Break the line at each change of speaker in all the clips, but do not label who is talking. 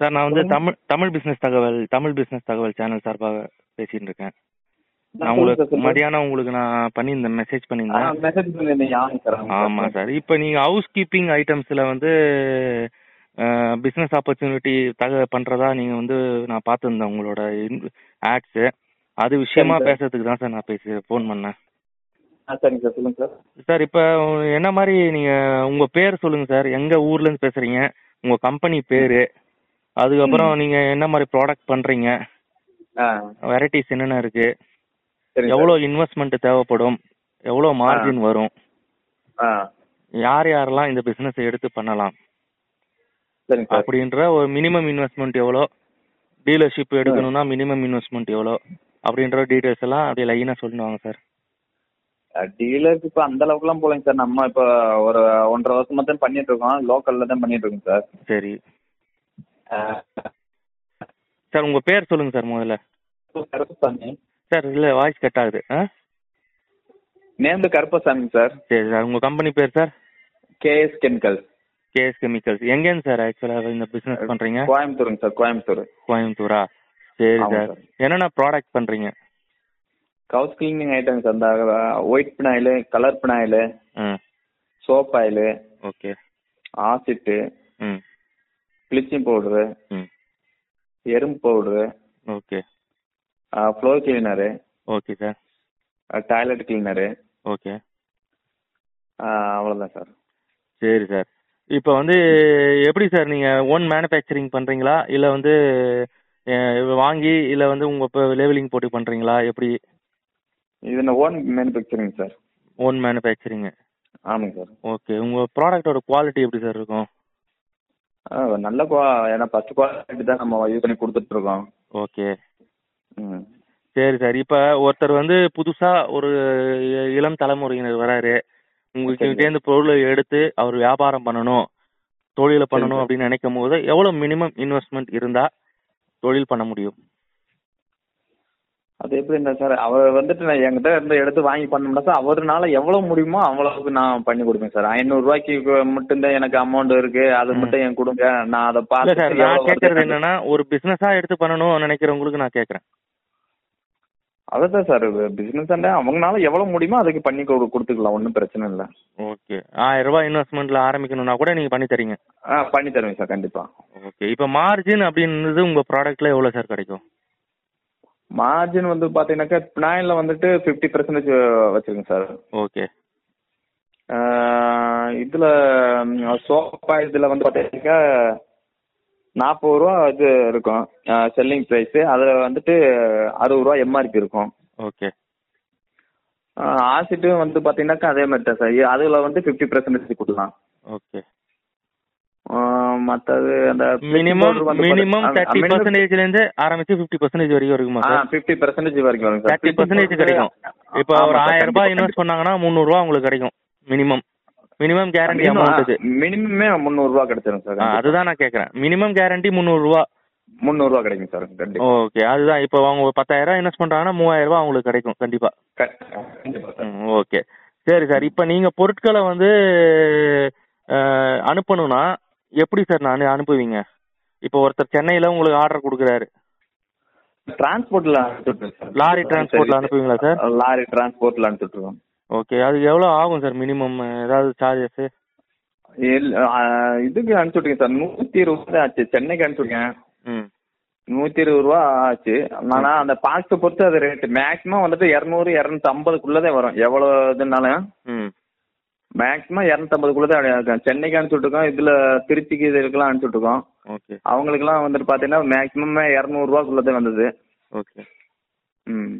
Sir நான் வந்து Tamil Tamil business தகவல் தமிழ் பிசினஸ் தகவல் சேனல் சார்பாக பேசிட்டு இருக்கேன் நான் உங்களுக்கு மதியானம் உங்களுக்கு நான் பண்ணியிருந்தேன் மெசேஜ் பண்ணியிருந்தேன்
மெசேஜ் பண்ணிருந்தீங்க ஆமாங்க சார்
ஆமாம் சார் இப்போ நீங்கள் ஹவுஸ் கீப்பிங் ஐட்டம்ஸில் வந்து பிஸ்னஸ் ஆப்பர்ச்சுனிட்டி தக பண்ணுறதா நீங்கள் வந்து நான் பார்த்துருந்தேன் உங்களோட ஆட்ஸு அது விஷயமா
சரி, sir.
பேசுறதுக்கு தான் சார் நான் பேசி ஃபோன் பண்ணேன்
ஆ சரிங்க சார் சொல்லுங்க சார்
சார் இப்போ என்ன மாதிரி நீங்கள் உங்கள் பேர் சொல்லுங்கள் சார் எங்கள் ஊர்லேருந்து பேசுகிறீங்க உங்கள் கம்பெனி பேர் அதுக்கப்புறம் நீங்கள் என்ன மாதிரி ப்ராடக்ட் பண்ணுறீங்க
ஆ
வெரைட்டிஸ் என்னென்ன இருக்குது
சரிங்க sir.
எவ்வளோ இன்வெஸ்ட்மெண்ட் தேவைப்படும் எவ்வளோ மார்ஜின் வரும்
ஆ
யார் யாரெல்லாம் இந்த பிசினஸ் எடுத்து பண்ணலாம்
சரிங்க சார்
அப்படின்ற ஒரு மினிமம் இன்வெஸ்ட்மெண்ட் எவ்வளோ டீலர்ஷிப் எடுக்கணும்னா மினிமம் இன்வெஸ்ட்மெண்ட் எவ்வளோ அப்படின்ற டீட்டெயில்ஸ் எல்லாம் அப்படியே லைனாக சொல்லுவாங்க சார்
டீலருக்கு இப்போ அந்த அளவுக்குலாம் போலங்க சார் நம்ம இப்போ ஒரு ஒன்றரை வருஷமா தான் பண்ணிட்டு இருக்கோம் லோக்கல்ல தான் பண்ணிட்டு இருக்கோம் சார்
சரி
ஆ,
சார் உங்கள் பேர் சொல்லுங்கள் சார் முதல்ல
கருப்பசாமி
சார் இல்லை வாய்ஸ் கட் ஆகுது ஆ
நேம் கருப்பசாமிங்க சார்
சரி சார் உங்கள் கம்பெனி பேர் sir
KS chemical
KS chemicals எங்கேருந்து சார் ஆக்சுவலாக இந்த பிஸ்னஸ் பண்ணுறீங்க
கோயம்புத்தூருங்க சார் கோயம்புத்தூர்
கோயம்புத்தூரா சரி
ஆமாம்
சார்
சார்.
என்னென்ன ப்ராடக்ட் பண்ணுறீங்க
கவுஸ் கிளீனிங் ஐட்டம் சார் இந்த ஒயிட் பினாயில் கலர் பினாயில்
ம்
சோப் ஆயில்
ஓகே
ஆசிட்டு
ம்
ப்ளீச்சிங் பவுடரு
ம்
எறும்பு powder
okay
floor cleaner
okay sir
toilet cleaner
okay
அவ்வளோதான் சார்
சரி சார் இப்போ வந்து எப்படி சார் நீங்கள் ஓன் மேனுஃபேக்சரிங் பண்ணுறீங்களா இல்லை வந்து அஹ், வாங்கி இல்லை வந்து உங்கள் இப்போ லேபிளிங் போட்டு பண்ணுறீங்களா எப்படி
இது நான் own manufacturing sir
own manufacturing
ஆமாங்க சார்
ஓகே உங்கள் ப்ராடக்டோட குவாலிட்டி எப்படி சார் இருக்கும்
ஆ, நல்ல குவா ஏன்னா ஃபஸ்ட் குவாலிட்டி தான் நம்ம யூஸ் பண்ணி கொடுத்துட்ருக்கோம்
ஓகே
ம்
சரி சார் இப்போ ஒருத்தர் வந்து புதுசாக ஒரு இ- இளம் தலைமுறையினர் வராரு உங்கள்கிட்டேருந்து பொருளை எடுத்து அவர் வியாபாரம் பண்ணணும் தொழிலை பண்ணணும் அப்படின்னு நினைக்கும் போது எவ்வளோ மினிமம் இன்வெஸ்ட்மெண்ட் இருந்தால் தொழில் பண்ண முடியும்
அது எப்படின்னா சார் அவர் வந்துட்டு நான் என்கிட்ட இருந்து எடுத்து வாங்கி பண்ணோம்னா சார் அவர்னால எவ்வளோ முடியுமோ அவ்வளவுக்கு நான் பண்ணி கொடுப்பேன் சார் ஐநூறுரூவாய்க்கு மட்டும்தான் எனக்கு அமௌண்ட் இருக்கு அது மட்டும் என் கொடுங்க நான் அதை
இல்ல சார்
பார்த்து
நான் கேக்குறது என்னன்னா ஒரு பிசினஸா எடுத்து பண்ணணும்னு நினைக்கிறவங்களுக்கு நான் கேக்குறேன்
அதான் சார் பிசினஸ் அவங்களால எவ்வளவு முடியுமோ அதுக்கு பண்ணி கொடு- கொடுத்துக்கலாம் ஒன்றும் பிரச்சனை இல்லை
ஓகே ஆயிரம் ரூபாய் இன்வெஸ்ட்மெண்ட்ல ஆரம்பிக்கணும்னா கூட நீங்க பண்ணி தரீங்க
ஆ பண்ணி தருவேன் சார் கண்டிப்பா
ஓகே இப்போ மார்ஜின் அப்படின்றது உங்க ப்ராடக்ட்ல எவ்வளவு சார் கிடைக்கும்
மார்ஜின் வந்து பார்த்தீங்கன்னாக்கா பினாயில் வந்துட்டு ஃபிஃப்டி பர்சன்டேஜ் வச்சுருங்க சார்
ஓகே
இதில் சோப்பா இதில் வந்து பார்த்தீங்கன்னாக்கா நாற்பது ரூபா இது இருக்கும் செல்லிங் ப்ரைஸு அதில் வந்துட்டு அறுபது ரூபா எம்ஆர்பி இருக்கும்
ஓகே
ஆசிட்டும் வந்து பார்த்தீங்கன்னாக்கா அதே மாதிரி தான் சார் அதில் வந்து ஃபிஃப்டி பர்சன்டேஜ் கொடுக்கலாம்
ஓகே
மற்றது அந்த
மினிமம் மினிமம் தேர்ட்டி பர்சன்டேஜ்ல இருந்து ஆரம்பிச்சு ஃபிஃப்டி பர்சன்டேஜ் வரைக்கும் இருக்குமா சார்
ஃபிஃப்டி பர்சன்டேஜ் வரைக்கும் வரும் சார்
தேர்ட்டி பர்சன்டேஜ் கிடைக்கும் இப்போ ஒரு ஆயிரம் ரூபாய் இன்வெஸ்ட் பண்ணாங்கன்னா முந்நூறு ரூபா உங்களுக்கு கிடைக்கும் மினிமம் மினிமம் கேரண்டி அமௌண்ட் இது
மினிமமே முந்நூறுரூவா
ஆ,
கிடைச்சிடும் சார்
அதுதான் நான் கேக்குறேன் மினிமம் கேரண்டி முந்நூறு ரூபா
முந்நூறுரூவா கிடைக்கும் சார் கண்டிப்பா
ஓகே அதுதான் இப்போ அவங்க ஒரு பத்தாயிரம் இன்வெஸ்ட் பண்றாங்கன்னா மூவாயிரம் ரூபாய் அவங்களுக்கு கிடைக்கும் கண்டிப்பா
க- கண்டிப்பா சார்.
ம், ஓகே சரி சார் இப்போ நீங்க பொருட்களை வந்து அஹ், அனுப்பணும்னா எப்படி சார் நான் அனுப்புவீங்க இப்போ ஒருத்தர் சென்னையில உங்களுக்கு ஆர்டர் கொடுக்குறாரு
டிரான்ஸ்போர்ட்ல அனுப்பிச்சுட்ருக்கோம் சார்.
லாரி டிரான்ஸ்போர்ட்ல அனுப்புவீங்களா சார்
லாரி டிரான்ஸ்போர்ட்ல அனுப்பிச்சுட்ருக்கோம்
ஓகே அது எவ்வளோ ஆகும் சார் மினிமம் ஏதாவது சார்ஜஸ்
இல்ல, ஆ, இதுக்கு அனுப்பிச்சுட்ருக்கேன் சார் நூத்தி இருபது ரூபா ஆச்சு சென்னைக்கு அனுப்பிச்சுட்ருக்கேன்
ம்
நூத்தி இருபது ரூபா ஆச்சு ஆனா அந்த பாக்ஸ் பொறுத்து அது ரேட் மேக்ஸிமம் வந்துட்டு இருநூறு இருநூத்தி ஐம்பதுக்குள்ளதான் வரும் எவ்வளவு இதுனாலும்
ம்
மேக்ஸிமம் இரநூத்தம்பதுக்குள்ளதான் சென்னைக்கு அனுப்பிச்சுட்ருக்கோம் இதுல திருச்சிக்கு இதுக்கெல்லாம் அனுப்பிச்சுட்ருக்கோம்
ஓகே
அவங்களுக்குலாம் வந்துட்டு பாத்தீங்கன்னா மேக்ஸிமம் இரநூறுவாக்குள்ளதான் வந்தது
ஓகே
ம்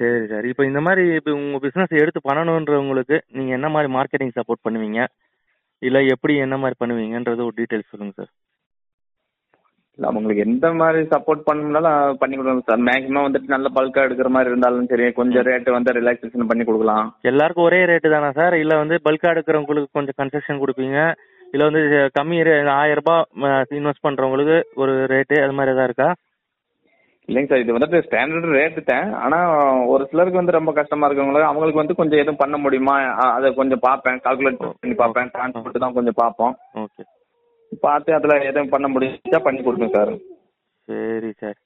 சரி சார் இப்போ இந்த மாதிரி இப்போ உங்கள் பிஸ்னஸ் எடுத்து பண்ணணுன்றவங்களுக்கு நீங்கள் என்ன மாதிரி மார்க்கெட்டிங் சப்போர்ட் பண்ணுவீங்க இல்லை எப்படி என்ன மாதிரி பண்ணுவீங்கன்றது ஒரு டீட்டெயில்ஸ் சொல்லுங்கள் சார்
இல்ல அவங்களுக்கு எந்த மாதிரி சப்போர்ட் பண்ணணும்னாலும் பண்ணி கொடுக்கலாம் சார் மேக்ஸிமம் வந்துட்டு நல்ல பல்கா எடுக்கிற மாதிரி இருந்தாலும் சரி கொஞ்சம் ரேட் வந்து ரிலாக்ஸேஷன் பண்ணி கொடுக்கலாம்
எல்லாருக்கும் ஒரே ரேட்டு தானா சார் இல்லை வந்து பல்காக எடுக்கிறவங்களுக்கு கொஞ்சம் கன்செஷன் கொடுப்பீங்க இல்லை வந்து அஹ், கம்மி ரே ஆயிரரூபா இன்வெஸ்ட் பண்ணுறவங்களுக்கு ஒரு ரேட்டு அது மாதிரி எதாவது இருக்கா
இல்லைங்க சார் இது வந்துட்டு ஸ்டாண்டர்ட் ரேட்டு தான் ஆனால் ஒரு சிலருக்கு வந்து ரொம்ப கஷ்டமா இருக்கவங்களுக்கு அவங்களுக்கு வந்து கொஞ்சம் எதுவும் பண்ண முடியுமா அ- அதை கொஞ்சம் பார்ப்பேன் கால்குலேட் பண்ணி பார்ப்பேன் டிரான்ஸ்போர்ட் தான் கொஞ்சம் பார்ப்போம்
ஓகே
பார்த்து அதுல எதுவும் பண்ண முடிஞ்சா பண்ணி கொடுப்பேன் சார்
சரி சார்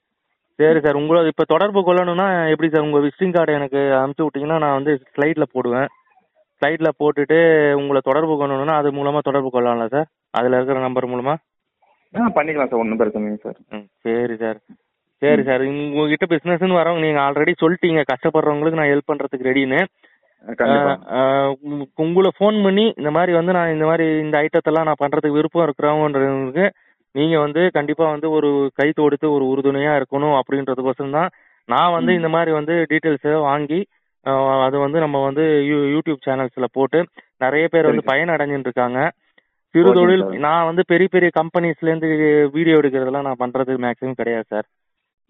சரி சார் உங்களை இப்போ தொடர்பு கொள்ளணும்னா எப்படி சார் உங்கள் விசிட்டிங் கார்டு எனக்கு அனுப்பிச்சி விட்டீங்கன்னா நான் வந்து ஸ்லைடில் போடுவேன் ஸ்லைடில் போட்டுட்டு உங்களை தொடர்பு கொள்ளணும்னா அது மூலமாக தொடர்பு கொள்ளலாம்ல சார் அதில் இருக்கிற நம்பர் மூலமாக
ஆ பண்ணிக்கலாம் சார் ஒன்றும் பிரச்சனை இல்லைங்க சார்
ம் சரி சார் சரி சார் உங்ககிட்ட பிஸ்னஸ்ன்னு வரவங்க நீங்கள் ஆல்ரெடி சொல்லிட்டீங்க கஷ்டப்படுறவங்களுக்கு நான் ஹெல்ப் பண்ணுறதுக்கு ரெடின்னு
கண்டிப்பா
ஆஹ் உங்க- உங்களை ஃபோன் பண்ணி இந்த மாதிரி வந்து நான் இந்த மாதிரி இந்த ஐட்டத்தெல்லாம் நான் பண்றதுக்கு விருப்பம் இருக்கிறவங்கன்றவங்களுக்கு நீங்க வந்து கண்டிப்பா வந்து ஒரு கை தொடுத்து ஒரு உறுதுணையா இருக்கணும் அப்படின்றதுக்கோசரம் தான் நான் வந்து இந்த மாதிரி வந்து டீட்டெயில்ஸை வாங்கி ஆஹ் அது வந்து நம்ம வந்து யூ யூடியூப் சேனல்ஸ்ல போட்டு நிறைய பேர் வந்து
சரி.
பயன் அடைஞ்சுட்டு இருக்காங்க சிறு
Okay,
தொழில்
sir.
நான் வந்து பெரிய பெரிய கம்பெனிஸ்ல இருந்து வீடியோ எடுக்கிறதெல்லாம் நான் பண்றது மேக்ஸிமம் கிடையாது சார்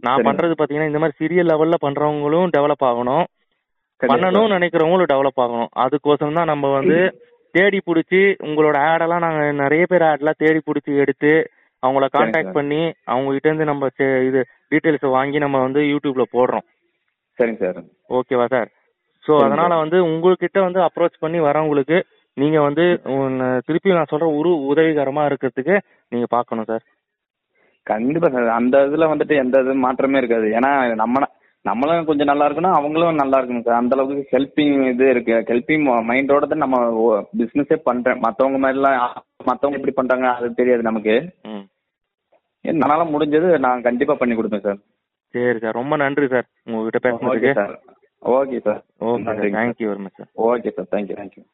நான்
சரிங்க.
பண்றது பாத்தீங்கன்னா இந்த மாதிரி சிறிய லெவல்ல பண்றவங்களும் டெவலப் ஆகணும் பண்ணணும்னு நினைக்கிறவங்களும் டெவலப் ஆகணும் அதுக்கோசரம் தான் நம்ம வந்து தேடி பிடிச்சி உங்களோட ஆடெல்லாம் நாங்கள் நிறைய பேர் ஆடெல்லாம் தேடி பிடிச்சி எடுத்து அவங்கள காண்டாக்ட்
sir.
பண்ணி அவங்க கிட்ட இருந்து நம்ம சே- இது டீட்டெயில்ஸ் வாங்கி நம்ம வந்து யூடியூப்ல போடுறோம்
சரிங்க சார்
ஓகேவா சார் ஸோ
சரிங்க
அதனால வந்து உங்ககிட்ட வந்து அப்ரோச் பண்ணி வரவங்களுக்கு நீங்க வந்து உன்ன- திருப்பி நான் சொல்ற ஒரு உதவிகரமா இருக்கிறதுக்கு நீங்க பார்க்கணும் சார்
கண்டிப்பா சார் அந்த இதுல வந்துட்டு எந்த இது மாற்றமே இருக்காது ஏன்னா நம்ம நம்மளும் கொஞ்சம் நல்லா இருக்கணும் அவங்களும் நல்லா இருக்கணும் சார் அந்த அளவுக்கு ஹெல்பிங் இது இருக்கு ஹெல்பிங் மைண்டோட தான் நம்ம பிசினஸே பண்றேன் மத்தவங்க மாதிரிலாம் மத்தவங்க எப்படி பண்றாங்க அது தெரியாது நமக்கு
ம்
என்னால முடிஞ்சது நான் கண்டிப்பா பண்ணி கொடுப்பேன் சார்
சரி சார் ரொம்ப நன்றி சார் உங்ககிட்ட
ஓகே
பேசுனதுக்கு
sir okay sir
okay sir
நன்றிங்க
thank you very much sir
okay sir thank you thank you